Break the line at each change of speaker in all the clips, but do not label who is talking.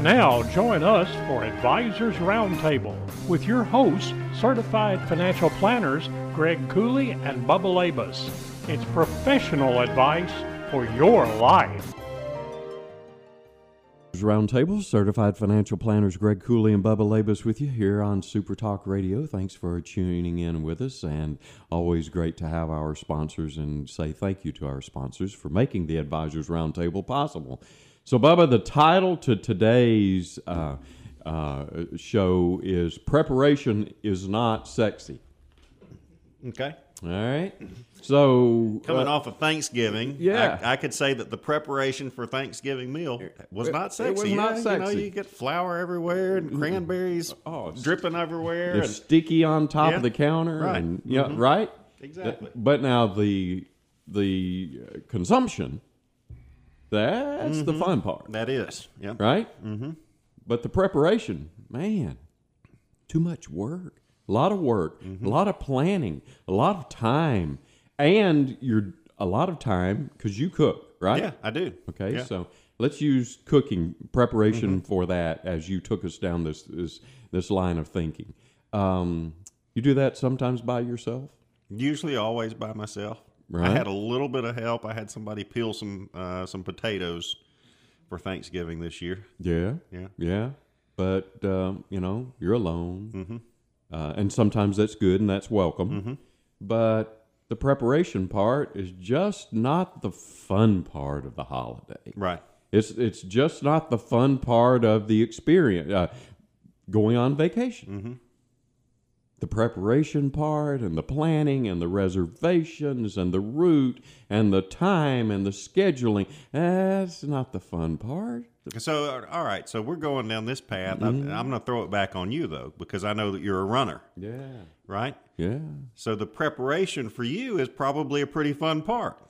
Now, join us for Advisors Roundtable with your hosts, certified financial planners Greg Cooley and Bubba Labus. It's professional advice for your life.
Roundtable, certified financial planners Greg Cooley and Bubba Labus with you here on Super Talk Radio. Thanks for tuning in with us, and always great to have our sponsors and say thank you to our sponsors for making the Advisors Roundtable possible. So, Bubba, the title to today's uh, uh, show is Preparation is Not Sexy.
Okay.
All right. So,
Coming off of Thanksgiving,
yeah.
I, I could say that the preparation for Thanksgiving meal was not
it
sexy.
was not
You know,
sexy. Mm-hmm.
you get flour everywhere and cranberries
Oh, it's-
dripping everywhere.
they're
and-
sticky on top
Yeah.
of the counter,
Right. Mm-hmm.
and yeah, right,
Exactly.
Th- But now the the uh, consumption, that's the fun part,
Mm-hmm. that is, yeah.
right? Mm-hmm. But the preparation, man, too much work, a lot of work,
Mm-hmm.
a lot of planning, a lot of time, and you're a lot of time because you cook, right?
Yeah, I do.
Okay,
Yeah.
so let's use cooking preparation for that as you took us down this this, this line of thinking. Um, you do that sometimes by yourself.
Usually, always by myself.
Right.
I had a little bit of help. I had somebody peel some uh, some potatoes for Thanksgiving this year.
Yeah,
Yeah.
yeah. But um, you know, you're alone, uh, and sometimes that's good and that's welcome. But the preparation part is just not the fun part of the holiday.
Right.
It's it's just not the fun part of the experience. Uh, going on vacation,
Mm-hmm.
the preparation part, and the planning, and the reservations, and the route, and the time, and the scheduling. That's not the fun part.
So, all right. So we're going down this path.
Mm-hmm.
I, I'm going to throw it back on you though, because I know that you're a runner,
Yeah,
right?
yeah.
So the preparation for you is probably a pretty fun part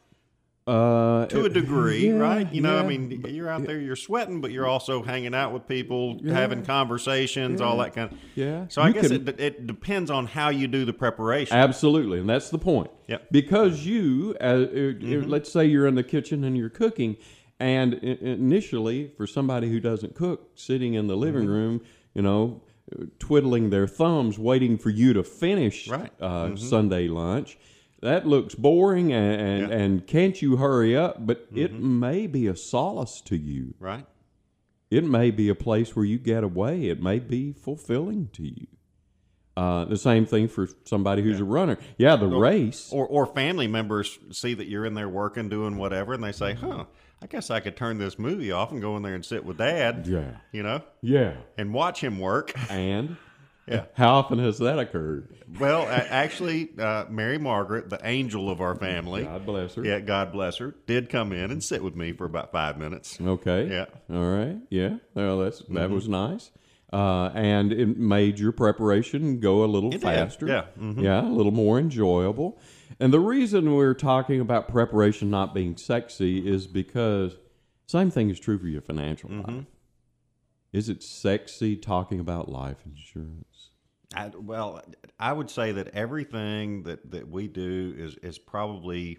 Uh,
to a
it-
degree,
yeah,
right? You know, I
yeah.
mean, you're out there, you're sweating, but you're also hanging out with people, having conversations, all that kind of.
Yeah.
So I
You
guess
can-
it, it depends on how you do the preparation.
Absolutely, and that's the point.
Yep. Mm-hmm.
Because you, uh, uh, let's say you're in the kitchen and you're cooking, and i- initially, for somebody who doesn't cook, sitting in the
Mm-hmm.
living room, you know, twiddling their thumbs, waiting for you to finish
Right. Mm-hmm.
uh, Sunday lunch. That looks boring, and and,
Yeah. Mm-hmm.
and can't you hurry up? But it may be a solace to you.
Right.
It may be a place where you get away. It may be fulfilling to you. Uh, the same thing for somebody who's a runner. Yeah, the race.
Or, or family members see that you're in there working, doing whatever, and they say,
Mm-hmm.
huh, I guess I could turn this movie off and go in there and sit with dad,
yeah,
you know,
yeah.
and watch him work.
And
Yeah.
how often has that occurred?
Well, a- actually, uh, Mary Margaret, the angel of our family,
God bless her.
yeah, God bless her, did come in and sit with me for about five minutes.
Okay.
Yeah. Mm-hmm.
All right. Yeah. Well, that's that was nice. Uh, and it made your preparation go a little
did.
faster.
Yeah. Mm-hmm.
Yeah, a little more enjoyable. And the reason we're talking about preparation not being sexy is because same thing is true for your financial
Mm-hmm.
life. Is it sexy talking about life insurance?
I, well, I would say that everything that, that we do is is probably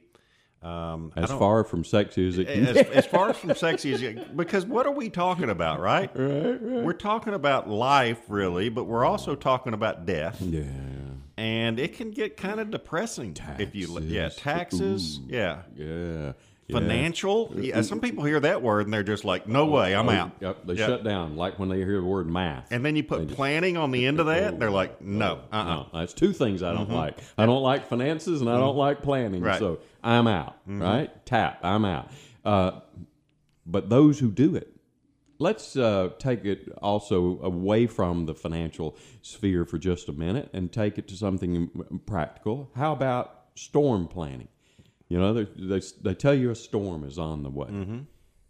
um, I
As
don't-
far from sexy as it can
as, as far from sexy as you, because what are we talking about, right? We're talking about life, really, but we're also talking about death,
Yeah.
and it can get kind of depressing if you li- yeah taxes yeah.
Yeah. yeah.
Financial, yeah. Some people hear that word and they're just like, "No way, I'm out."
Yep, they
Yeah.
shut down like when they hear the word math.
And then you put planning on the end of that, and they're like, "No, uh, uh
No, that's two things I don't like. I don't like finances and I don't like planning.
Right.
So I'm out, right? Tap, I'm out. Uh, but those who do it, let's uh, take it also away from the financial sphere for just a minute and take it to something practical. How about storm planning? You know, they, they, they tell you a storm is on the way.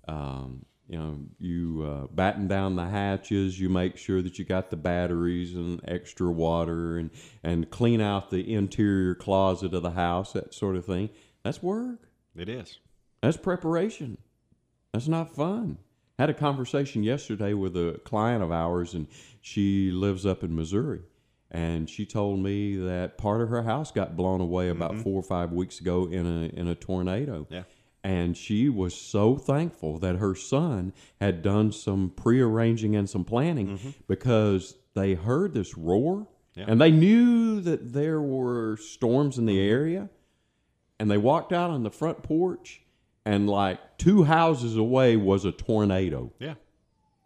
Um, you know, you uh, batten down the hatches. You make sure that you got the batteries and extra water, and and clean out the interior closet of the house, that sort of thing. That's work.
It is.
That's preparation. That's not fun. Had a conversation yesterday with a client of ours, and she lives up in Missouri. And she told me that part of her house got blown away about four or five weeks ago in a in a tornado.
Yeah.
And she was so thankful that her son had done some prearranging and some planning because they heard this roar
Yeah.
and they knew that there were storms in the area and they walked out on the front porch and like two houses away was a tornado
Yeah.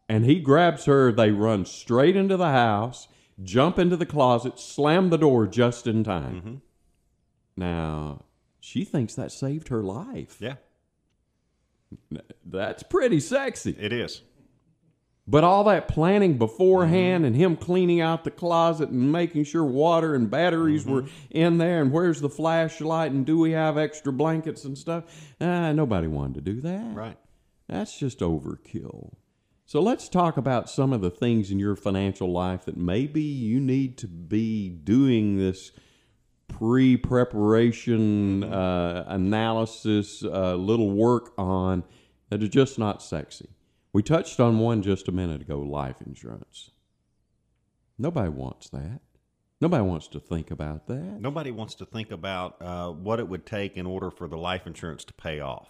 and he grabs her they run straight into the house jump into the closet slam the door just in time now she thinks that saved her life
Yeah.
that's pretty sexy
It is.
but all that planning beforehand and him cleaning out the closet and making sure water and batteries were in there and where's the flashlight and do we have extra blankets and stuff, ah, nobody wanted to do that.
Right.
That's just overkill. So let's talk about some of the things in your financial life that maybe you need to be doing this pre preparation uh, analysis, uh, little work on that are just not sexy. We touched on one just a minute ago life insurance. Nobody wants that. Nobody wants to think about that.
Nobody wants to think about uh, what it would take in order for the life insurance to pay off.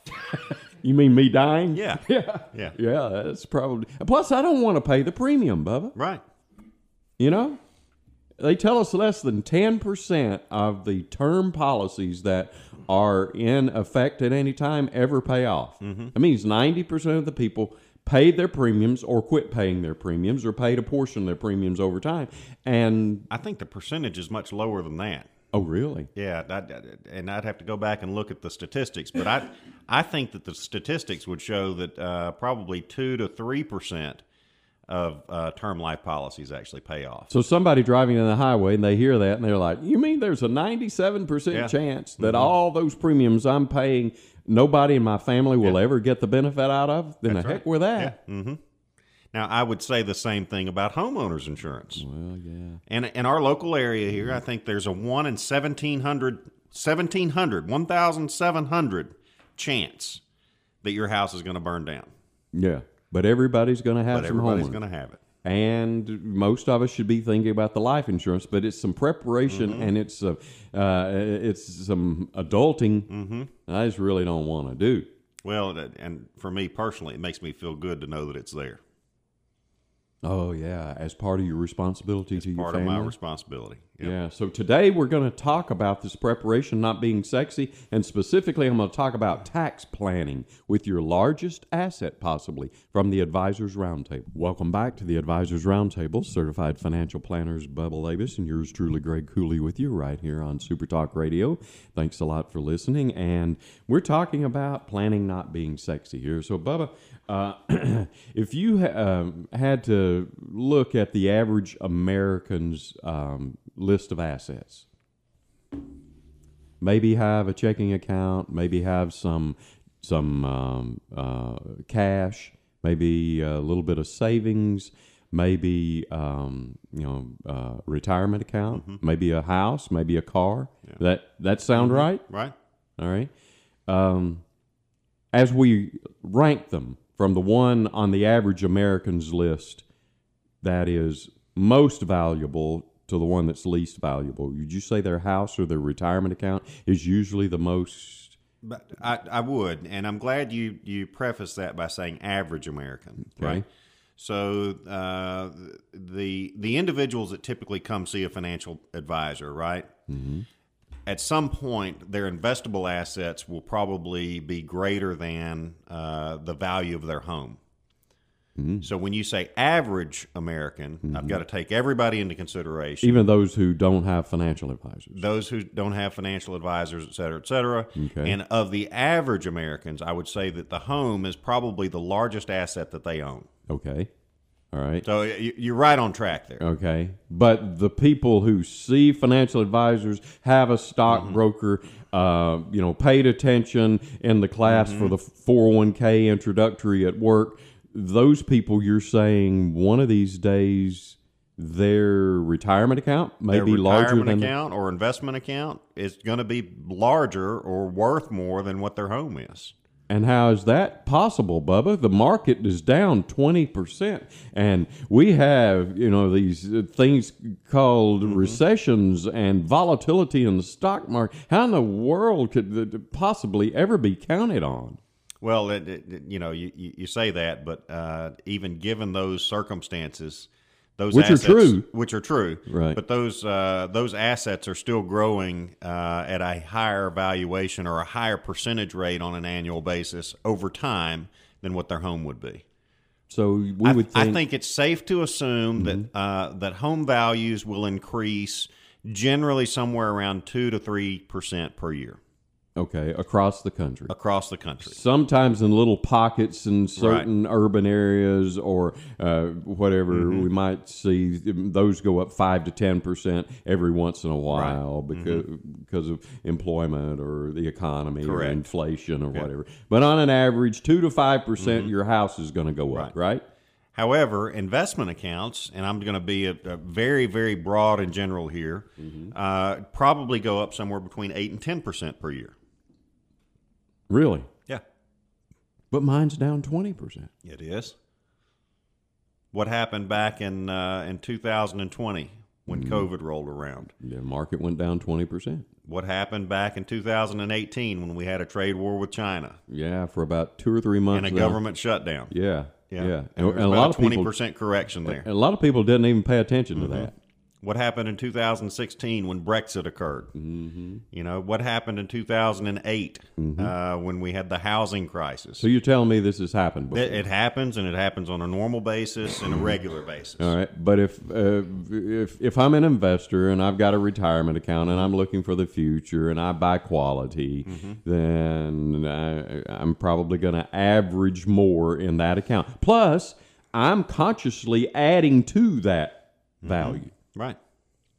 You mean me dying?
Yeah.
Yeah.
Yeah.
Yeah, that's probably. Plus, I don't want to pay the premium, Bubba.
Right.
You know, they tell us less than 10% of the term policies that are in effect at any time ever pay off.
Mm-hmm.
That means 90% of the people paid their premiums or quit paying their premiums or paid a portion of their premiums over time. And,
I think the percentage is much lower than that.
oh, really?
Yeah, that- that- and I'd have to go back and look at the statistics, but I, I think that the statistics would show that uh, probably two to three percent of uh, term life policies actually pay off.
So somebody driving on the highway and they hear that and they're like, "You mean there's a 97%
Yeah. Mm-hmm.
chance that all those premiums I'm paying nobody in my family will
Yeah.
ever get the benefit out of?" Then
That's
the heck
right.
with that.
Now, I would say the same thing about homeowners insurance.
Well, yeah.
And in our local area here, I think there's a one in 1700, 1700, 1,700 chance that your house is going to burn down.
Yeah. But everybody's going to have
But
some
everybody's
homework.
going to have it.
and most of us should be thinking about the life insurance, but it's some preparation
Mm-hmm.
and it's uh, uh, it's some adulting. Mm-hmm. I just really don't want to do.
Well, that- and for me personally, it makes me feel good to know that it's there.
Oh yeah, as part of your responsibility to your
part
family.
of my responsibility. Yeah.
Yeah. So today we're going to talk about this preparation not being sexy, and specifically, I'm going to talk about tax planning with your largest asset possibly from the Advisors Roundtable. Welcome back to the Advisors Roundtable. Certified financial planners Bubba Labus and yours truly, Greg Cooley, with you right here on Super Talk Radio. Thanks a lot for listening, and we're talking about planning not being sexy here. So, Bubba, uh, if you ha- um, had to look at the average American's um, list of assets, maybe have a checking account, maybe have some some um, uh, cash, maybe a little bit of savings, maybe um, you know uh, retirement account, maybe a house, maybe a car. That that sound right?
Right?
All right. Um, as we rank them from the one on the average American's list that is most valuable to the one that's least valuable, would you say their house or their retirement account is usually the most?
But I, I would, and I'm glad you you preface that by saying average American, right? So uh, the the individuals that typically come see a financial advisor, right? At some point, their investable assets will probably be greater than uh, the value of their home. So when you say average American, I've got to take everybody into consideration.
Even those who don't have financial advisors.
those who don't have financial advisors, et cetera, et cetera.
Okay.
And of the average Americans, I would say that the home is probably the largest asset that they own.
Okay. All right.
So y- you're right on track there.
Okay. But the people who see financial advisors, have a stockbroker, uh, you know, paid attention in the class for the 401k introductory at work, those people you're saying one of these days their retirement account may
Their
be larger
retirement
than the,
account or investment account is going to be larger or worth more than what their home is.
and how is that possible bubba the market is down 20% and we have you know these uh, things called
Mm-hmm.
recessions and volatility in the stock market how in the world could that possibly ever be counted on
Well, it, it, it- you know, you, you you say that, but uh, even given those circumstances, those
Which are
assets,
true.
which are true,
Right.
But those uh, those assets are still growing uh, at a higher valuation or a higher percentage rate on an annual basis over time than what their home would be.
so we
I,
would
I think it's safe to assume that uh, that home values will increase generally somewhere around two to three percent per year
okay across the country
across the country.
sometimes in little pockets in certain urban areas or uh, whatever
Mm-hmm.
we might see those go up 5 to 10% every once in a while
Mm-hmm.
because, because of employment or the economy or
Correct.
inflation or whatever but on an average 2 to 5% percent
Mm-hmm.
your house is going to go up right
However, investment accounts, and I'm going to be a, a very, very broad and general here, uh, probably go up somewhere between eight and ten percent per year.
really
Yeah,
but mine's down 20%
it is. What happened back in uh, in 2020 when COVID rolled around?
the market went down 20%
What happened back in 2018 when we had a trade war with China
yeah for about two or three months
and a
now.
government shutdown?
yeah yeah, And,
and,
and
a
a lot of
twenty
people
percent Mm-hmm. correction there.
and a lot of people didn't even pay attention to that
What happened in 2016 when Brexit occurred? Mm-hmm. You know, what happened in 2008 uh, when we had the housing crisis?
Mm-hmm. So you're telling me this has happened before?
it, it happens, and it happens on a normal basis and a regular basis.
Mm-hmm. All right, but if uh, if if I'm an investor and I've got a retirement account and I'm looking for the future and I buy quality, then I, I'm probably going to average more in that account. Plus, I'm consciously adding to that value
Right.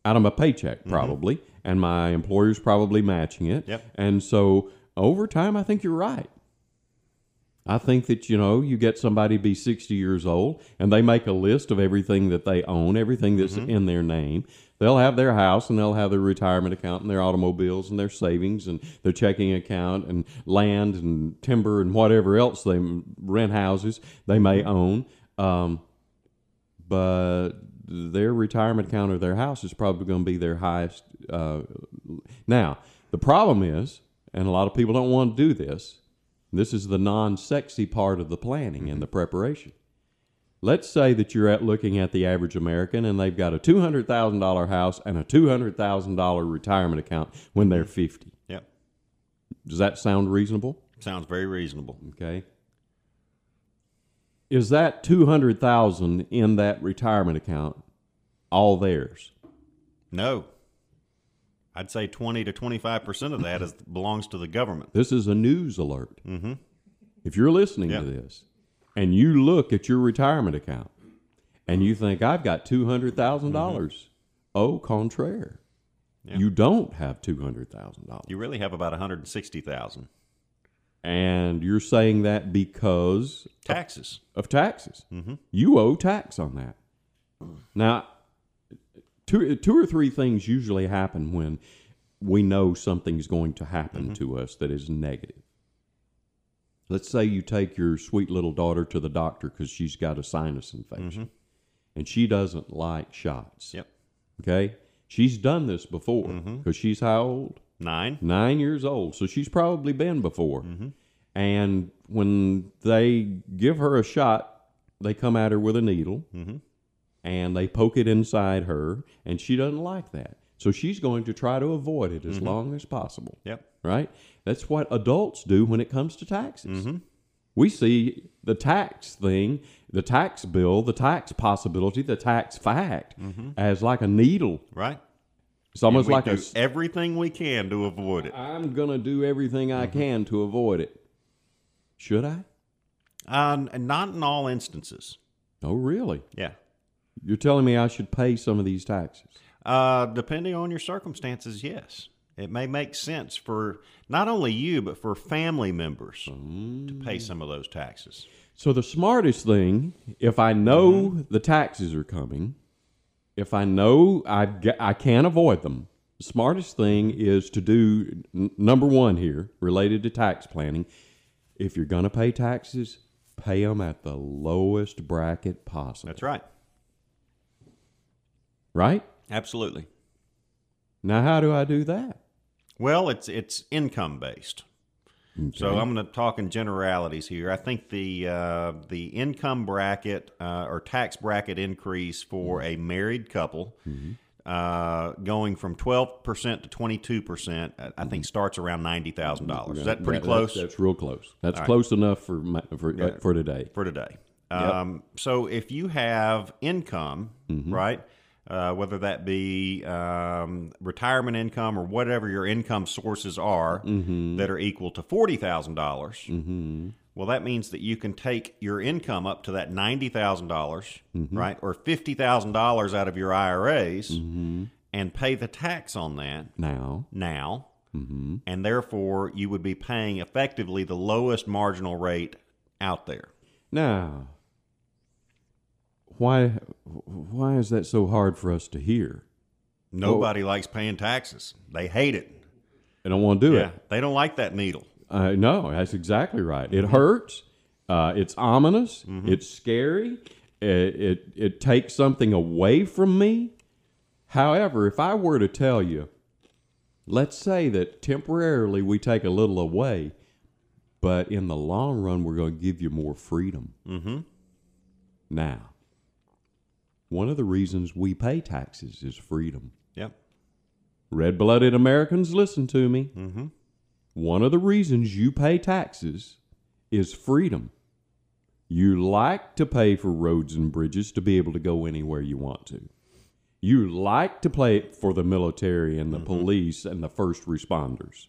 out of my paycheck probably, and my employer's probably matching it.
Yep.
And so over time, I think you're right. I think that you know you get somebody to be 60 years old and they make a list of everything that they own, everything that's in their name. They'll have their house and they'll have their retirement account and their automobiles and their savings and their checking account and land and timber and whatever else they rent houses they may own. Um, but their retirement account or their house is probably going to be their highest. Uh, now, the problem is, and a lot of people don't want to do this, this is the non sexy part of the planning and the preparation. Let's say that you're at looking at the average American and they've got a $200,000 house and a $200,000 retirement account when they're 50.
Yep.
Does that sound reasonable?
Sounds very reasonable.
Okay. Is that 200,000 in that retirement account all theirs?
No. I'd say 20 to 25% of that is, belongs to the government.
This is a news alert. Mm-hmm. If you're listening
Yeah.
to this and you look at your retirement account and you think, I've got $200,000, dollars au contraire,
Mm-hmm. Yeah.
you don't have $200,000.
You really have about 160,000
And you're saying that because
taxes.
of taxes. You owe tax on that. Now, two, two or three things usually happen when we know something's going to happen to us that is negative. Let's say you take your sweet little daughter to the doctor because she's got a sinus infection and she doesn't like shots.
Yep.
Okay? She's done this before because she's how old?
Nine.
nine years old, so she's probably been before.
Mm-hmm.
And when they give her a shot, they come at her with a needle
Mm-hmm.
and they poke it inside her, and she doesn't like that. So she's going to try to avoid it
Mm-hmm.
as long as possible,
Yep.
right? That's what adults do when it comes to taxes.
Mm-hmm.
We see the tax thing, the tax bill, the tax possibility, the tax fact as like a needle.
Right.
It's almost
Mm-hmm. We
like
do
a s-
everything we can to avoid it.
I'm going to do everything I
Mm-hmm.
can to avoid it. Should I?
Uh, n- not in all instances.
Oh, really?
Yeah.
You're telling me I should pay some of these taxes?
Uh, depending on your circumstances, yes. I- it may make sense for not only you but for family members to pay some of those taxes.
So the smartest thing, if I know
Mm-hmm.
the taxes are coming, if I know I've got, I can't avoid them, the smartest thing is to do n- number one here related to tax planning. If you're going to pay taxes, pay them at the lowest bracket possible.
That's right.
Right?
Absolutely.
Now, how do I do that?
Well, it's it's income based. So
Okay.
I'm going to talk in generalities here. I think the uh, the income bracket uh, or tax bracket increase for
Mm-hmm.
a married couple uh, going from 12 percent to 22 percent, I I think starts around ninety thousand dollars. Is that pretty
Mm-hmm. That-
close?
That's, that's real close. That's close enough for my, for, uh, for today.
for today. Um, So if you have income, right, uh, whether that be um, retirement income or whatever your income sources are that are equal to forty dollars, well, that means that you can take your income up to that ninety dollars, right, or fifty thousand dollars out of your IRAs Mm-hmm. and pay the tax on that
Now, mm-hmm.
now, and therefore you would be paying effectively the lowest marginal rate out there.
Now, why why is that so hard for us to hear?
Nobody likes paying taxes. They hate it.
I don't want to do
Yeah. They don't like that needle.
it. Uh, no, that's exactly right. It hurts. Uh, it's ominous. It's scary. It, it it takes something away from me. However, if I were to tell you, let's say that temporarily we take a little away, but in the long run we're going to give you more freedom.
Mm-hmm.
Now, one of the reasons we pay taxes is freedom.
Yep.
Red blooded Americans, listen to me.
Mm-hmm.
One of the reasons you pay taxes is freedom. You like to pay for roads and bridges to be able to go anywhere you want to. You like to pay for the military and the police and the first responders.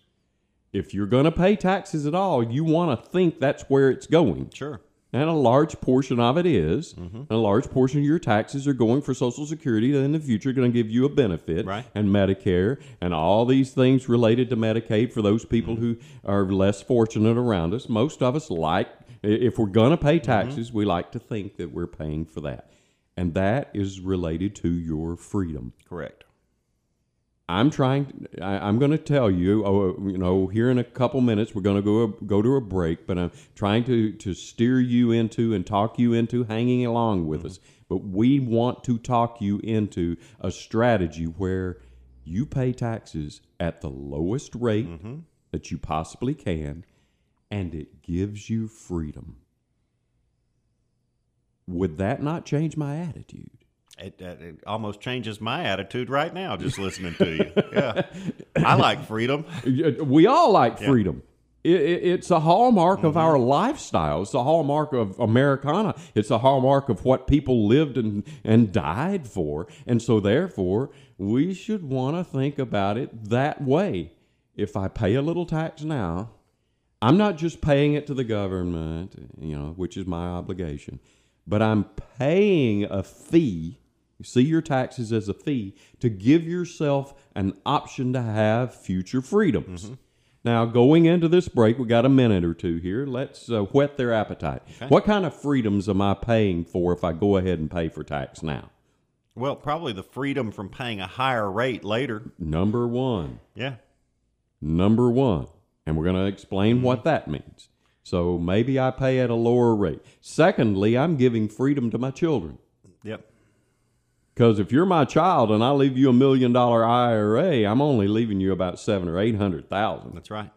If you're going to pay taxes at all, you want to think that's where it's going.
Sure.
And a large portion of it is. and a large portion of your taxes are going for Social Security that in the future are going to give you a benefit
Right.
and Medicare and all these things related to Medicaid for those people who are less fortunate around us. Most of us like, i- if we're going to pay taxes, we like to think that we're paying for that. And that is related to your freedom.
Correct.
I'm trying. I, I'm going to tell you. Oh, you know, here in a couple minutes, we're going to go go to a break. But I'm trying to to steer you into and talk you into hanging along with us. But we want to talk you into a strategy where you pay taxes at the lowest rate that you possibly can, and it gives you freedom. Would that not change my attitude?
It, it, it almost changes my attitude right now just listening to you. Yeah. I like freedom.
we all like freedom. I- i- It's a hallmark of our lifestyle. It's a hallmark of Americana. It's a hallmark of what people lived and, and died for. And so, therefore, we should want to think about it that way. If I pay a little tax now, I'm not just paying it to the government, you know, which is my obligation, but I'm paying a fee. You see your taxes as a fee to give yourself an option to have future freedoms. Now, going into this break, we got a minute or two here. Let's uh, whet their appetite. What kind of freedoms am I paying for if I go ahead and pay for tax now?
Well, probably the freedom from paying a higher rate later.
Number one.
Yeah.
number one. And we're going to explain what that means. So maybe I pay at a lower rate. Secondly, I'm giving freedom to my children.
Yep.
Because if you're my child and I leave you a million dollar IRA, I'm only leaving you about seven or eight hundred thousand.
That's right.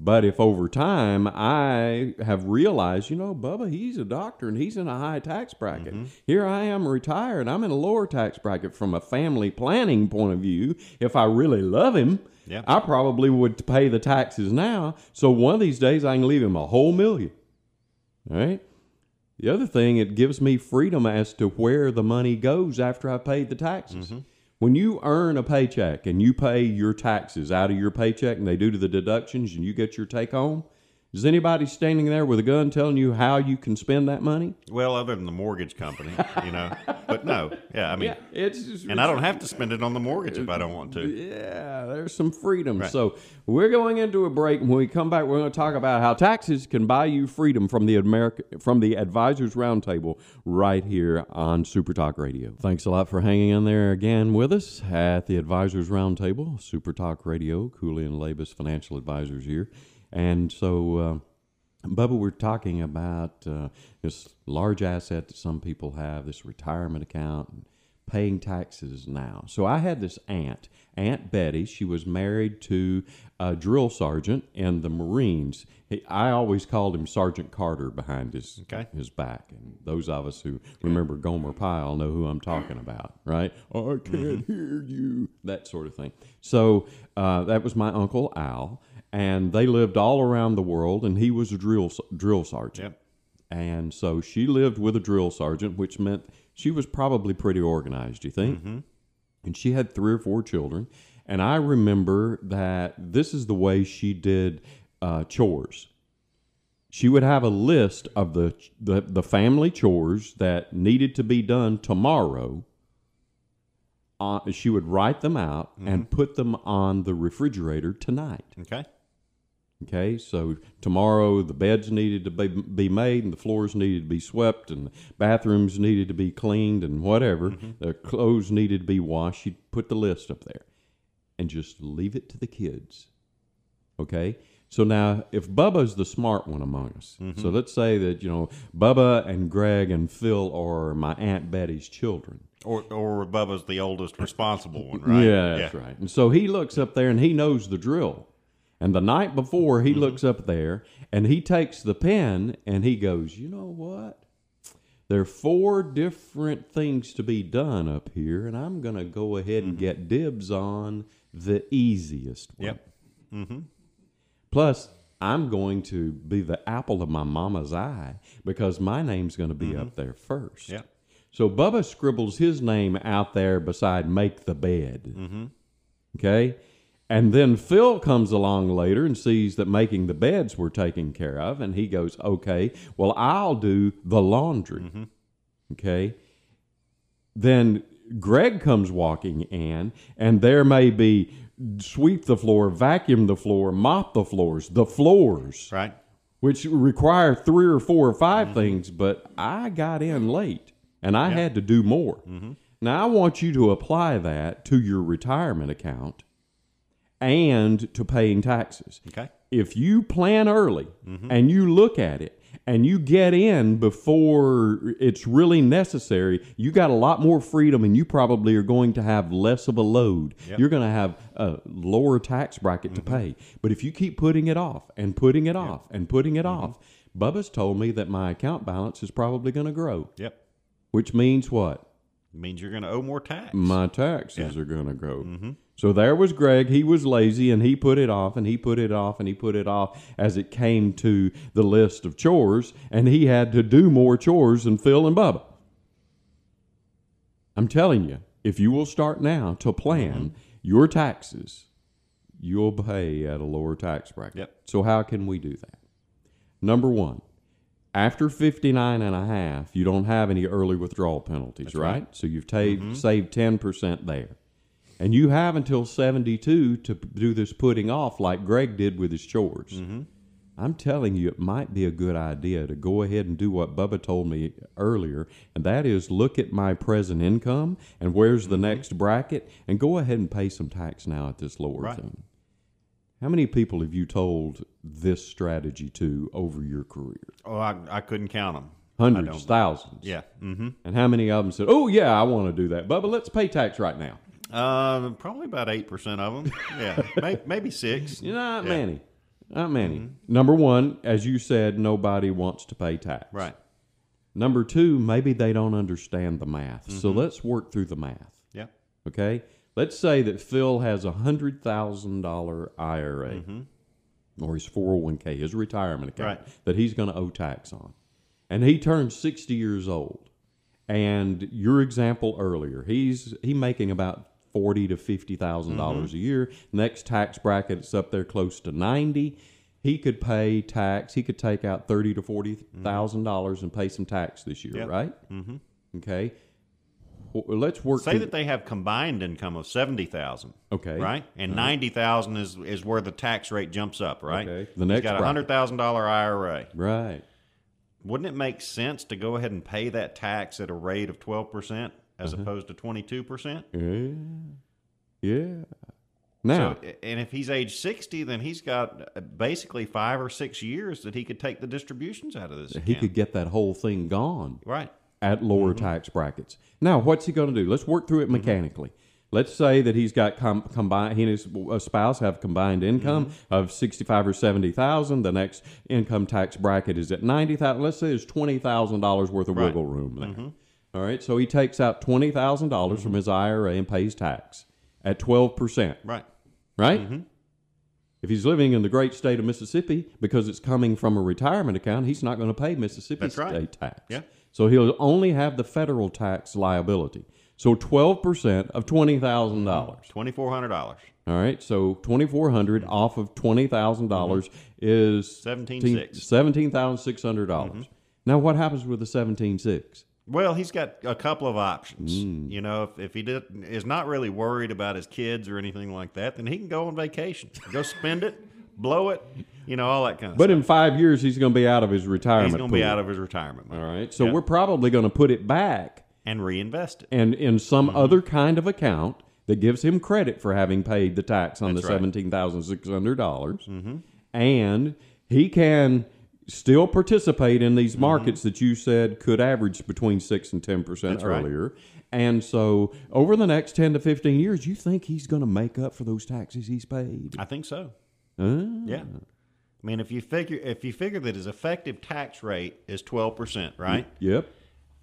But if over time I have realized, you know, Bubba, he's a doctor and he's in a high tax bracket. Here I am retired. I'm in a lower tax bracket from a family planning point of view. If I really love him,
Yeah.
I probably would pay the taxes now. So one of these days I can leave him a whole million. All right. The other thing, it gives me freedom as to where the money goes after I paid the taxes. When you earn a paycheck and you pay your taxes out of your paycheck and they do to the deductions and you get your take home, Is anybody standing there with a gun telling you how you can spend that money?
Well, other than the mortgage company, you know. But no, yeah, I mean,
it's just,
and I don't have to spend it on the mortgage if I don't want to.
Yeah, there's some freedom. So we're going into a break, and when we come back, we're going to talk about how taxes can buy you freedom from the America from the Advisors Roundtable right here on Super Talk Radio. Thanks a lot for hanging in there again with us at the Advisors Roundtable, Super Talk Radio, Cooley and Labus Financial Advisors here, and so. Uh, Bubba, we're talking about uh, this large asset that some people have, this retirement account, and paying taxes now. So I had this aunt, Aunt Betty. She was married to a drill sergeant in the Marines. He, I always called him Sergeant Carter behind his
Okay.
his back. And those of us who remember Gomer Pyle know who I'm talking about, right? "Oh, I can't hear you, that sort of thing. So uh, that was my uncle Al, and they lived all around the world, and he was a drill s- drill sergeant.
Yep.
And so she lived with a drill sergeant, which meant she was probably pretty organized. You think? and she had three or four children. And I remember that this is the way she did uh, chores. She would have a list of the, the the family chores that needed to be done tomorrow. Uh, she would write them out and put them on the refrigerator tonight.
Okay.
Okay, so tomorrow the beds needed to be, be made and the floors needed to be swept and bathrooms needed to be cleaned and whatever. The clothes needed to be washed. You'd put the list up there and just leave it to the kids. Okay? So now if Bubba's the smart one among us, so let's say that, you know, Bubba and Greg and Phil are my Aunt Betty's children.
Or or Bubba's the oldest responsible one, right?
Yeah, that's right. And so he looks up there and he knows the drill. And the night before,
Mm-hmm.
he looks up there and he takes the pen and he goes, You know what? There are four different things to be done up here, and I'm going to go ahead
Mm-hmm.
and get dibs on the easiest one.
Yep.
Plus, I'm going to be the apple of my mama's eye because my name's going to be up there first.
Yep.
So Bubba scribbles his name out there beside make the bed. Mm-hmm. Okay. And then Phil comes along later and sees that making the beds were taken care of. And he goes, okay, well, I'll do the laundry. Okay. Then Greg comes walking in, and there may be sweep the floor, vacuum the floor, mop the floors, the floors
Right.
which require three or four or 5 things, but I got in late and I had to do more. Now, I want you to apply that to your retirement account and to paying taxes.
Okay.
If you plan early and you look at it and you get in before it's really necessary, you got a lot more freedom and you probably are going to have less of a load. You're going to have a lower tax bracket to pay. But if you keep putting it off and putting it off and putting it off, Bubba's told me that my account balance is probably going to grow,
Yep.
which means what?
means you're going to owe more tax. Mm-hmm.
my taxes are going to grow. So there was Greg. He was lazy and he put it off and he put it off and he put it off as it came to the list of chores. And he had to do more chores than Phil and Bubba. I'm telling you, if you will start now to plan
Mm-hmm.
your taxes, you'll pay at a lower tax bracket.
Yep.
So, how can we do that? Number one, after 59 and a half, you don't have any early withdrawal penalties, right? So you've ta-
Mm-hmm.
saved 10% there. And you have until 72 to p- do this putting off like Greg did with his chores.
Mm-hmm.
I'm telling you, it might be a good idea to go ahead and do what Bubba told me earlier, and that is look at my present income and where's
Mm-hmm.
the next bracket, and go ahead and pay some tax now at this lower
Right.
thing. How many people have you told this strategy to over your career?
Oh, I, I couldn't count them.
Hundreds, thousands.
Yeah. Mm-hmm.
And how many of them said, "Oh yeah, I want to do that, Bubba, let's pay tax right now."
Uh, probably about 8% of them. Yeah. May maybe six.
You know, not
Yeah. Mm-hmm.
many, not many. Number one, as you said, nobody wants to pay tax.
Right.
Number two, maybe they don't understand the math. So
Mm-hmm.
let's work through the math.
Yeah.
Okay. Let's say that Phil has a hundred thousand dollar IRA
Mm-hmm.
or his four hundred one k, his retirement account that he's going to owe tax on, and he turns sixty years old. And your example earlier, he's he making about
Mm-hmm.
forty to fifty dollars a year. Next tax bracket, it's up there close to ninety. He could pay tax. He could take out thirty to forty thousand dollars and pay some tax this year,
Mm-hmm. Yep.
right? Mm-hmm. Okay. Well, let's work.
Say
through-
that they have combined income of seventy thousand.
Okay. Uh-huh.
Right, and ninety thousand is is where the tax rate jumps up. Right.
Okay. The next
He's got a
bracket.
hundred thousand dollar IRA.
right.
Wouldn't it make sense to go ahead and pay that tax at a rate of twelve percent as
Uh-huh.
opposed to twenty two percent?
Yeah. Yeah. Now,
So, and if he's age 60, then he's got uh, basically five or six years that he could take the distributions out of this.
he
account.
could get that whole thing gone
Right.
at lower
Mm-hmm.
tax brackets. Now, what's he going to do? Let's work through it mechanically. Let's say that he's got com- combined. He and his uh, spouse have combined income
Mm-hmm.
of sixty-five or seventy thousand. The next income tax bracket is at ninety thousand. Let's say there's twenty thousand dollars worth of
Right. Mm-hmm.
wiggle room there. All right, so he takes out twenty thousand dollars from his IRA and pays tax at twelve percent.
Right.
right?
Mm-hmm.
If he's living in the great state of Mississippi, because it's coming from a retirement account, he's not going to pay Mississippi
That's
state
right.
tax.
Yeah.
So he'll only have the federal tax liability. So 12% of $20,000. dollars
$2,400.
All right. So 2400 off of $20,000 dollars
Mm-hmm.
is
$17,600.
$17,600. dollars
Mm-hmm.
Now what happens with the 176?
Well, he's got a couple of options.
Mm.
You know, if, if he did, is not really worried about his kids or anything like that, then he can go on vacation, go spend it, blow it, you know, all that kind of
But
stuff.
in 5 years he's going to be out of his retirement
He's going to be
pool.
out of his retirement money
All right. So we're probably going to put it back
and reinvest it.
and in some
Mm-hmm.
other kind of account that gives him credit for having paid the tax on
That's
the
right. Mm-hmm.
seventeen thousand six hundred dollars, and he can still participate in
Mm-hmm.
these markets that you said could average between six and ten percent
That's right.
earlier. And so, over the next ten to fifteen years, you think he's going to make up for those taxes he's paid?
I think so.
Huh?
Yeah. I mean, if you figure if you figure that his effective tax rate is 12%, right?
Yep.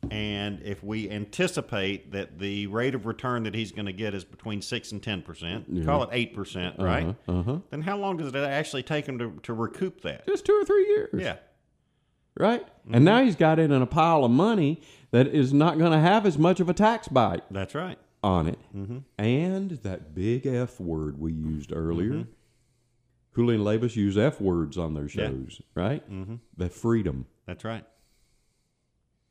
and if we anticipate that the rate of return that he's going to get is between six and ten percent, call it eight percent,
Uh-huh,
right? Then how long does it actually take him to, to recoup that?
Just two or three years.
Yeah, Mm-hmm.
Right. And now he's got it in a pile of money that is not going to have as much of a tax bite.
that's right.
on it.
Mm-hmm.
And that big F word we used earlier. Cooley and Labus use F words on their
Mm-hmm. Yeah.
shows, right? Mm-hmm. That freedom.
That's right.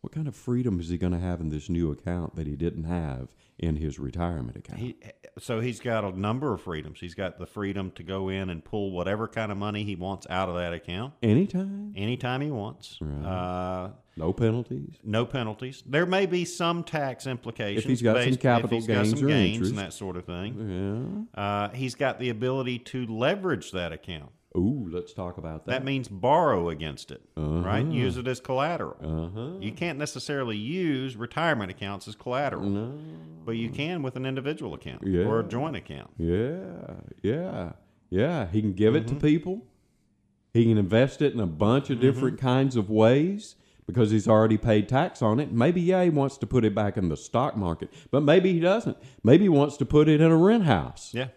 What kind of freedom is he going to have in this new account that he didn't have in his retirement account?
He so he's got a number of freedoms. He's got the freedom to go in and pull whatever kind of money he wants out of that account
Anytime?
anytime he wants. Uh,
No penalties?
no penalties. There may be some tax implications
got some
based- if
capital
he's got
gains
some
or
gains
interest.
and that sort of thing.
Yeah.
Uh, he's got the ability to leverage that account.
Ooh, let's talk about
That
that.
means borrow against it, right?
Uh-huh.
Use it as collateral.
uh-huh.
You can't necessarily use retirement accounts as collateral,
No.
but you can with an individual account
Yeah.
or a joint account.
Yeah, yeah, yeah. He can give
Mm-hmm.
it to people. He can invest it in a bunch of different
Mm-hmm.
kinds of ways because he's already paid tax on it. Maybe yeah, he wants to put it back in the stock market, but maybe he doesn't. Maybe he wants to put it in a rent house
Yeah, Mm-hmm.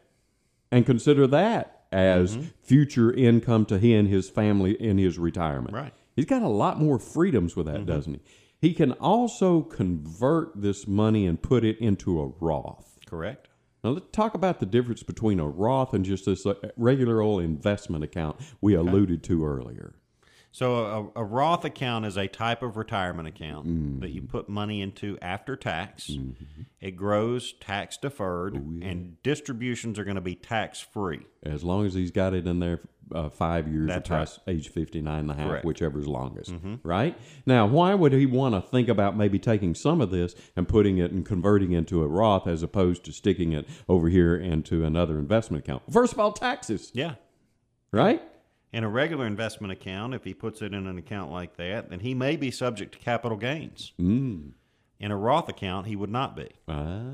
and consider that as future income to he and his family in his retirement.
Right. Mm-hmm.
He's got a lot more freedoms with that, doesn't he? He can also convert this money and put it into a Roth.
correct.
Now let's talk about the difference between a Roth and just this uh, regular old investment account we alluded to earlier.
So a, a Roth account is a type of retirement account
Mm.
that you put money into after tax.
Mm-hmm.
It grows tax deferred,
Oh,
and distributions are going to be tax free.
As long as he's got it in there uh, five years
That's
or past age 59 and a half,
Correct. Mm-hmm.
whichever's longest, right? Now, why would he want to think about maybe taking some of this and putting it and converting into a Roth as opposed to sticking it over here into another investment account? First of all, taxes,
Yeah,
right?
In a regular investment account, if he puts it in an account like that, then he may be subject to capital gains.
Mm.
In a Roth account, he would not be.
Ah,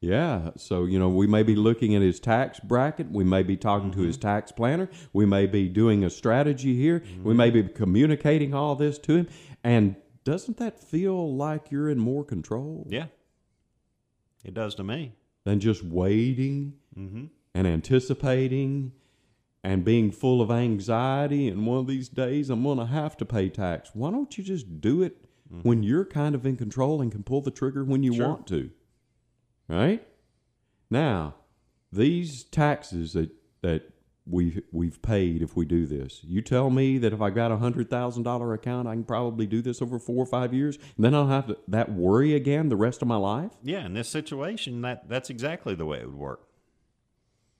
yeah. So, you know, we may be looking at his tax bracket. We may be talking to his tax planner. We may be doing a strategy here. We may be communicating all this to him. And doesn't that feel like you're in more control
Yeah. It does to me. Mm-hmm.
than just waiting and anticipating and being full of anxiety? And one of these days, I'm going to have to pay tax. Why don't you just do it when you're kind of in control and can pull the trigger when you
Sure.
want to? right? Now, these taxes that that we we've paid if we do this. You tell me that if I got a hundred thousand dollar account, I can probably do this over four or five years, and then I'll have to, that worry again the rest of my life.
Yeah, in this situation, that that's exactly the way it would work.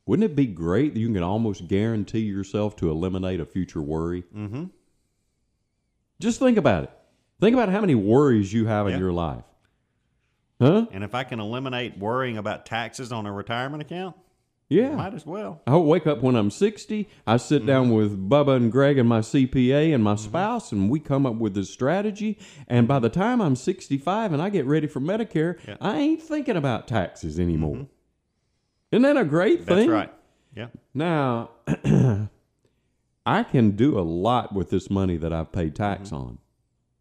Wouldn't it be great that you can almost guarantee yourself to eliminate a future worry? Mm-hmm. Just think about it. Think about how many worries you have in
Yeah.
your life. Huh?
And if I can eliminate worrying about taxes on a retirement account,
Yeah.
might as well.
I wake up when I'm 60. I sit
Mm-hmm.
down with Bubba and Greg and my CPA and my spouse, and we come up with this strategy. And by the time I'm 65 and I get ready for Medicare,
Yeah. Mm-hmm.
I ain't thinking about taxes anymore. Isn't that a great
That's
thing?
right. Yeah.
Now, I can do a lot with this money that I've paid
Mm-hmm.
tax on.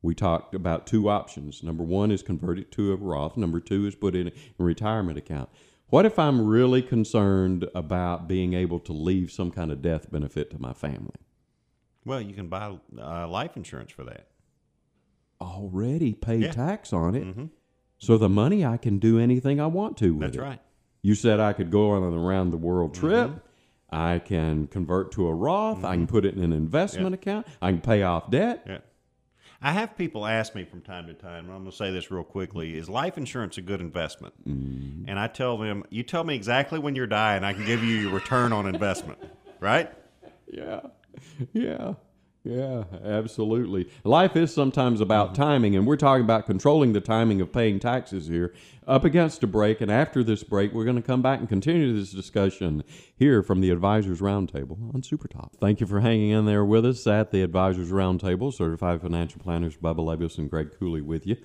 We talked about two options. Number one is convert it to a Roth. Number two is put it in a retirement account. What if I'm really concerned about being able to leave some kind of death benefit to my family?
Well, you can buy uh, life insurance for that.
Already paid
Oh. Yeah. Mm-hmm.
tax on it. So the money I can do anything I want to with
That's
it.
right.
You said I could go on an around the world trip. I can convert to a Roth. I can put it in an investment account. I can pay off debt.
Yeah. I have people ask me from time to time, and I'm going to say this real quickly is life insurance a good investment? And I tell them, you tell me exactly when you're dying, I can give you your return on investment, right?
Yeah. Yeah. Yeah, absolutely. Life is sometimes about timing, and we're talking about controlling the timing of paying taxes here. Up against a break, and after this break, we're going to come back and continue this discussion here from the Advisors Roundtable on Supertop. Thank you for hanging in there with us at the Advisors Roundtable. Certified financial planners Bubba Labus and Greg Cooley with you.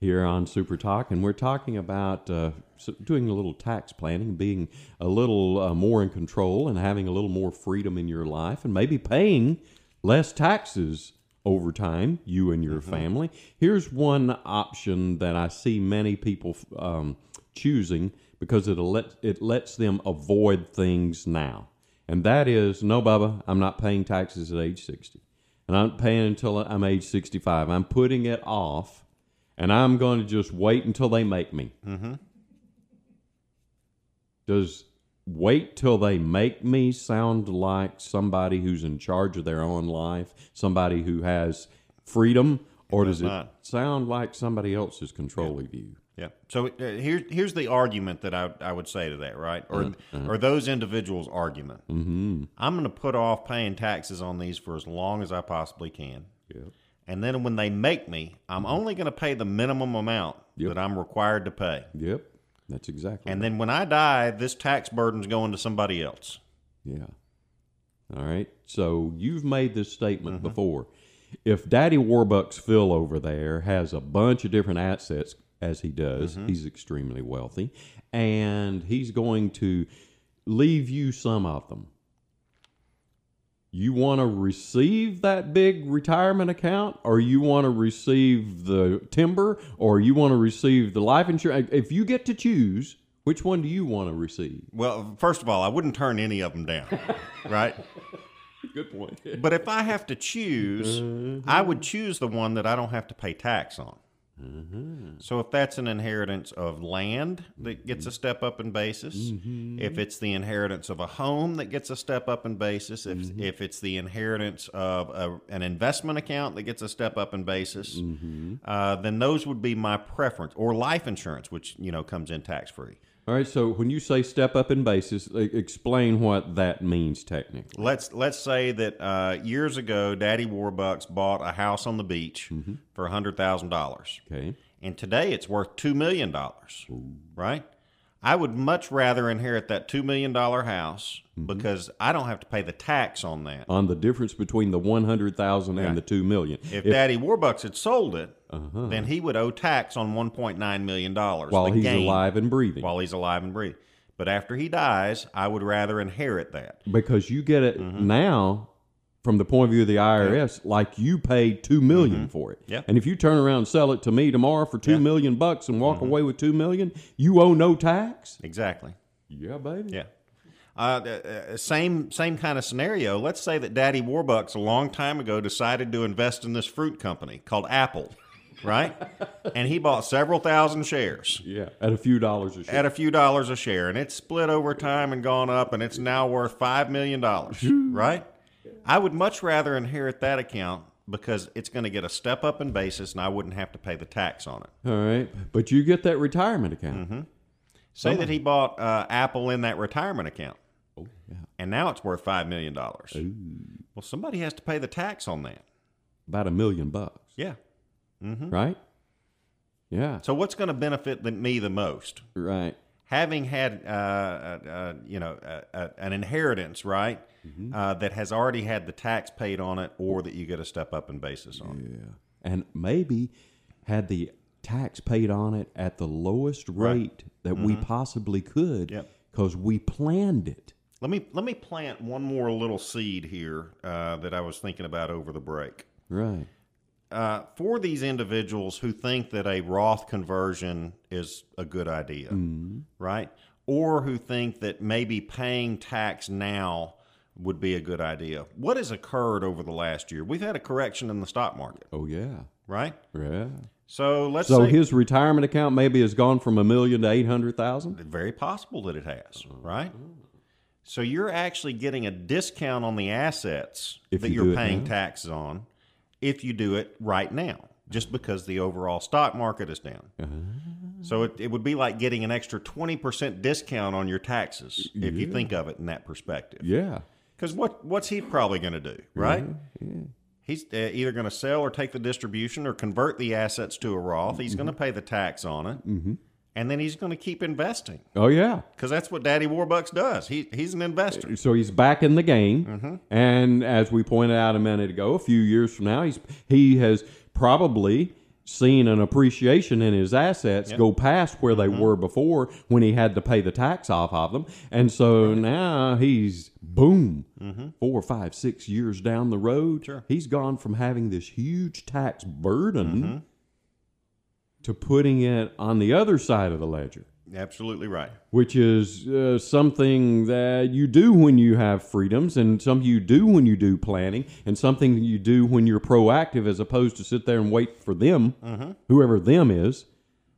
here on Super Talk, and we're talking about uh, s- doing a little tax planning, being a little uh, more in control, and having a little more freedom in your life, and maybe paying less taxes over time, you and your family. Here's one option that I see many people f- um, choosing because it let it lets them avoid things now, and that is no, Bubba, I'm not paying taxes at age sixty. And I'm not paying until I'm age 65. I'm putting it off and I'm going to just wait until they make me. Mm-hmm. Does wait till they make me sound like somebody who's in charge of their own life, somebody who has freedom, or does,
does
it
not.
sound like somebody else is controlling you?
Yeah. So uh, here's here's the argument that I, I would say to that, right? Or or those individuals' argument. Mm-hmm. I'm going to put off paying taxes on these for as long as I possibly can,
Yep.
and then when they make me, I'm only going to pay the minimum amount
Yep.
that I'm required to pay.
Yep. That's exactly.
And then when I die, this tax burden's going to somebody else.
Yeah. All right. So you've made this statement before. If Daddy Warbucks Phil over there has a bunch of different assets, as he does, he's extremely wealthy, and he's going to leave you some of them. You want to receive that big retirement account, or you want to receive the timber, or you want to receive the life insurance? If you get to choose, which one do you want to receive?
Well, first of all, I wouldn't turn any of them down, right?
Good point. Mm-hmm.
But if I have to choose, I would choose the one that I don't have to pay tax on.
Mm-hmm.
So if that's an inheritance of land that gets a step up in basis,
Mm-hmm.
if it's the inheritance of a home that gets a step up in basis, if
Mm-hmm.
if it's the inheritance of a, an investment account that gets a step up in basis,
Mm-hmm.
uh, then those would be my preference. Or life insurance, which you know comes in tax free.
All right, so when you say step up in basis, e- explain what that means technically.
Let's let's say that uh, years ago, Daddy Warbucks bought a house on the beach
Mm-hmm.
for a hundred thousand dollars,
Okay.
and today it's worth two million dollars. Right? I would much rather inherit that two million dollar house
Mm-hmm.
because I don't have to pay the tax on that.
On the difference between the 100,000 and the 2 million.
If, Daddy Warbucks had sold it, then he would owe tax on one point nine million dollars
Uh-huh. while he's alive and breathing.
While he's alive and breathing. But after he dies, I would rather inherit that.
because you get it
Mm-hmm.
now from the point of view of the IRS like you paid 2 million for it.
Mm-hmm. Yeah.
And if you turn around and sell it to me tomorrow for two million bucks and walk
Mm-hmm.
away with 2 million, you owe no tax?
Exactly.
Yeah, baby.
Yeah. Uh, uh, uh, same same kind of scenario. Let's say that Daddy Warbucks a long time ago decided to invest in this fruit company called Apple, right? and he bought several thousand shares
Yeah, at a few dollars a share.
at a few dollars a share, and it's split over time and gone up, and it's now worth $5 million, right? I would much rather inherit that account because it's going to get a step up in basis and I wouldn't have to pay the tax on it.
All right, but you get that retirement account.
Mm-hmm. Say that he bought uh, Apple in that retirement account.
Oh, yeah.
and now it's worth five million dollars. Well, somebody has to pay the tax on that.
About a million bucks,
Yeah. Mm-hmm.
right? Yeah,
So what's going to benefit the, me the most?
right.
Having had, uh, uh, uh, you know, uh, uh, an inheritance, right,
Mm-hmm.
uh, that has already had the tax paid on it, or that you get a step up in basis on.
Yeah. And maybe had the tax paid on it at the lowest rate that we possibly could
Mm-hmm. Yep.
because we planned it.
Let me let me plant one more little seed here uh, that I was thinking about over the break.
Right.
uh, for these individuals who think that a Roth conversion is a good idea, right? Or who think that maybe paying tax now would be a good idea. What has occurred over the last year? We've had a correction in the stock market,
Oh, yeah.
right?
Yeah.
So let's
So
say
his retirement account maybe has gone from a million to 800,000?
very possible that it has,
Mm-hmm.
right? So you're actually getting a discount on the assets
If
that
you
are
do it
paying
now.
taxes on if you do it right now, just
Mm-hmm.
because the overall stock market is down.
Uh-huh.
So it, it would be like getting an extra 20% discount on your taxes if you think of it in that perspective.
Yeah.
Because what, what's he probably going to do, right? He's uh, either going to sell or take the distribution or convert the assets to a Roth.
Mm-hmm.
He's going to pay the tax on it. And then he's going to keep investing
Oh, yeah.
because that's what Daddy Warbucks does. He, he's an investor.
So he's back in the game, and as we pointed out a minute ago, a few years from now, he's he has probably seen an appreciation in his assets go past where they were before when he had to pay the tax off of them, and so now he's boom four, five, six years down the road, he's gone from having this huge tax burden to putting it on the other side of the ledger
Absolutely right.
which is uh, something that you do when you have freedoms and something you do when you do planning and something that you do when you're proactive as opposed to sit there and wait for them whoever them is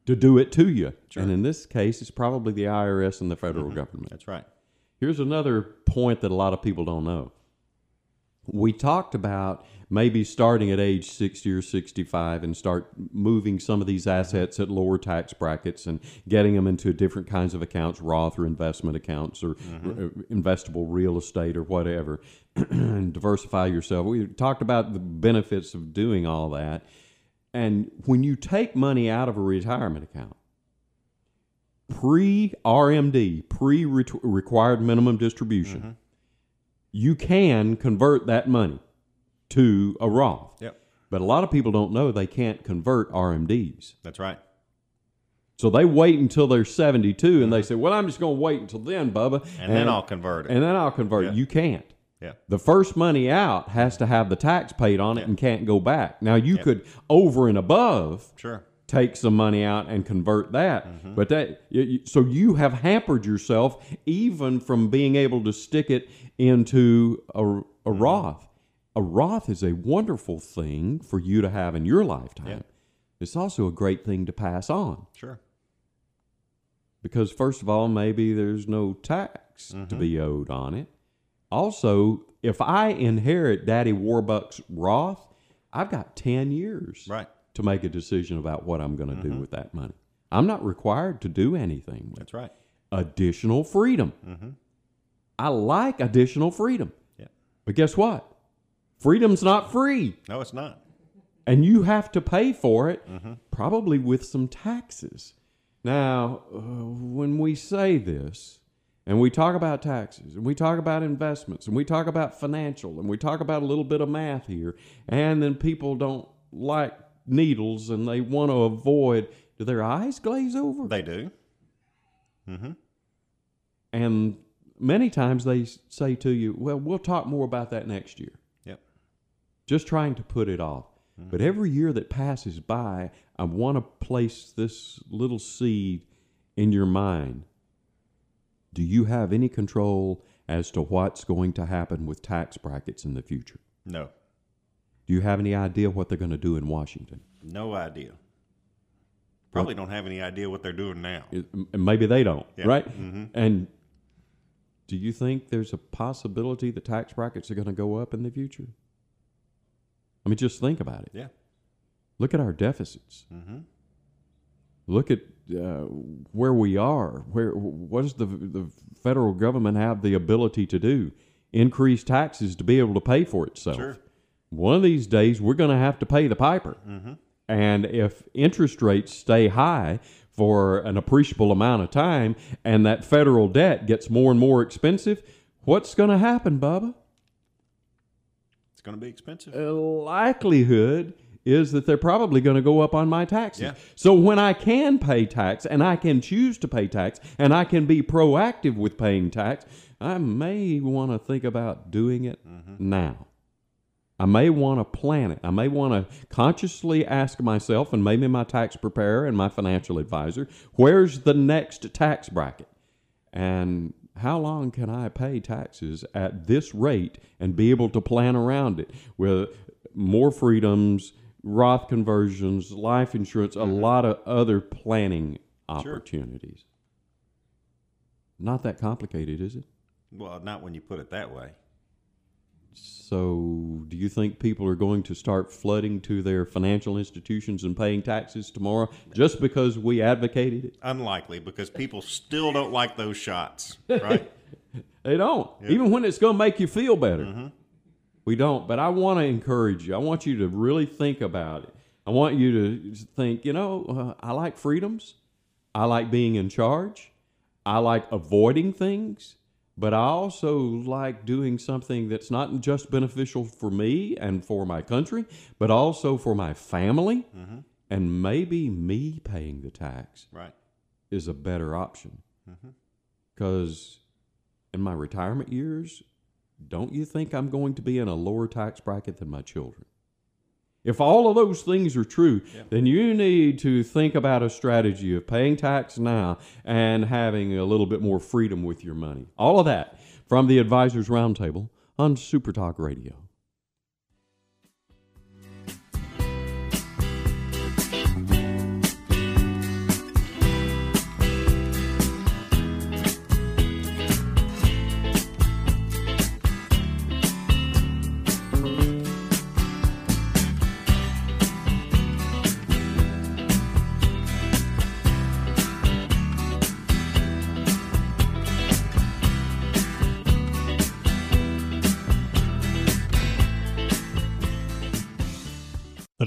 to do it to you and in this case it's probably the irs and the federal government
That's right.
here's another point that a lot of people don't know we talked about maybe starting at age 60 or 65 and start moving some of these assets at lower tax brackets and getting them into different kinds of accounts roth or investment accounts or uh, investable real estate or whatever and diversify yourself we talked about the benefits of doing all that and when you take money out of a retirement account pre rmd pre required minimum distribution
Mm-hmm.
you can convert that money to a Roth.
Yep.
But a lot of people don't know they can't convert RMDs.
That's right.
So they wait until they're 72 and they say, Well, I'm just going to wait until then, Bubba.
Mm-hmm. And, then I'll convert it.
And then I'll convert.
Yeah.
You can't.
yeah.
The first money out has to have the tax paid on it
Yeah.
and can't go back. Now, you
Yeah.
could over and above
Sure.
take some money out and convert that. But that you- you- so you have hampered yourself even from being able to stick it into a, a Roth. A Roth is a wonderful thing for you to have in your lifetime.
Yeah.
It's also a great thing to pass on
Sure.
because first of all maybe there's no tax to be owed on it also if i inherit daddy warbucks roth i've got 10 years
Right.
to make a decision about what i'm going to do with that money i'm not required to do anything with
Mm-hmm. That's right. Mm-hmm.
additional freedom i like additional freedom
Yeah.
but guess what freedom's not free
No, it's not.
and you have to pay for it, probably with some taxes. Now, uh, when we say this, and we talk about taxes, and we talk about investments, and we talk about financial, and we talk about a little bit of math here, and then people don't like needles and they want to avoid, do their eyes glaze over?
They do.
and many times they s- say to you, well, we'll talk more about that next year.
Yep.
just trying to put it off. But every year that passes by, I want to place this little seed in your mind. Do you have any control as to what's going to happen with tax brackets in the future?
No.
Do you have any idea what they're going to do in Washington?
No idea. Probably don't have any idea what they're doing now.
It- and maybe they don't,
Yeah.
right? And do you think there's a possibility the tax brackets are going to go up in the future? I mean, just think about it.
Yeah.
Look at our deficits.
Mm-hmm.
Look at uh, where we are. Where what does the the federal government have the ability to do? Increase taxes to be able to pay for itself.
Sure.
One of these days, we're going to have to pay the piper.
Mm-hmm.
And if interest rates stay high for an appreciable amount of time and that federal debt gets more and more expensive, what's going to happen, Bubba?
It's going to be expensive.
Uh, likelihood is that they're probably going to go up on my taxes.
Yeah.
So when I can pay tax and I can choose to pay tax and I can be proactive with paying tax, I may want to think about doing it
Mm-hmm.
now. I may want to plan it. I may want to consciously ask myself and maybe my tax preparer and my financial advisor, where's the next tax bracket? and how long can I pay taxes at this rate and be able to plan around it with more freedoms, Roth conversions, life insurance, a lot of other planning opportunities? Not that complicated, is it?
well, not when you put it that way.
So, do you think people are going to start flooding to their financial institutions and paying taxes tomorrow just because we advocated it?
Unlikely because people still don't like those shots, right?
They don't. Even when it's going to make you feel better. We don't. But I want to encourage you. I want you to really think about it. I want you to think, you know, uh, I like freedoms. I like being in charge. I like avoiding things. But I also like doing something that's not just beneficial for me and for my country, but also for my family. And maybe me paying the tax
right.
is a better option. Because in my retirement years, don't you think I'm going to be in a lower tax bracket than my children? If all of those things are true, then you need to think about a strategy of paying tax now and having a little bit more freedom with your money. All of that from the Advisors Roundtable on Super Talk Radio.
The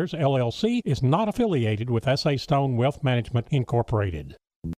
LLC is not affiliated with S.A. Stone Wealth Management Incorporated.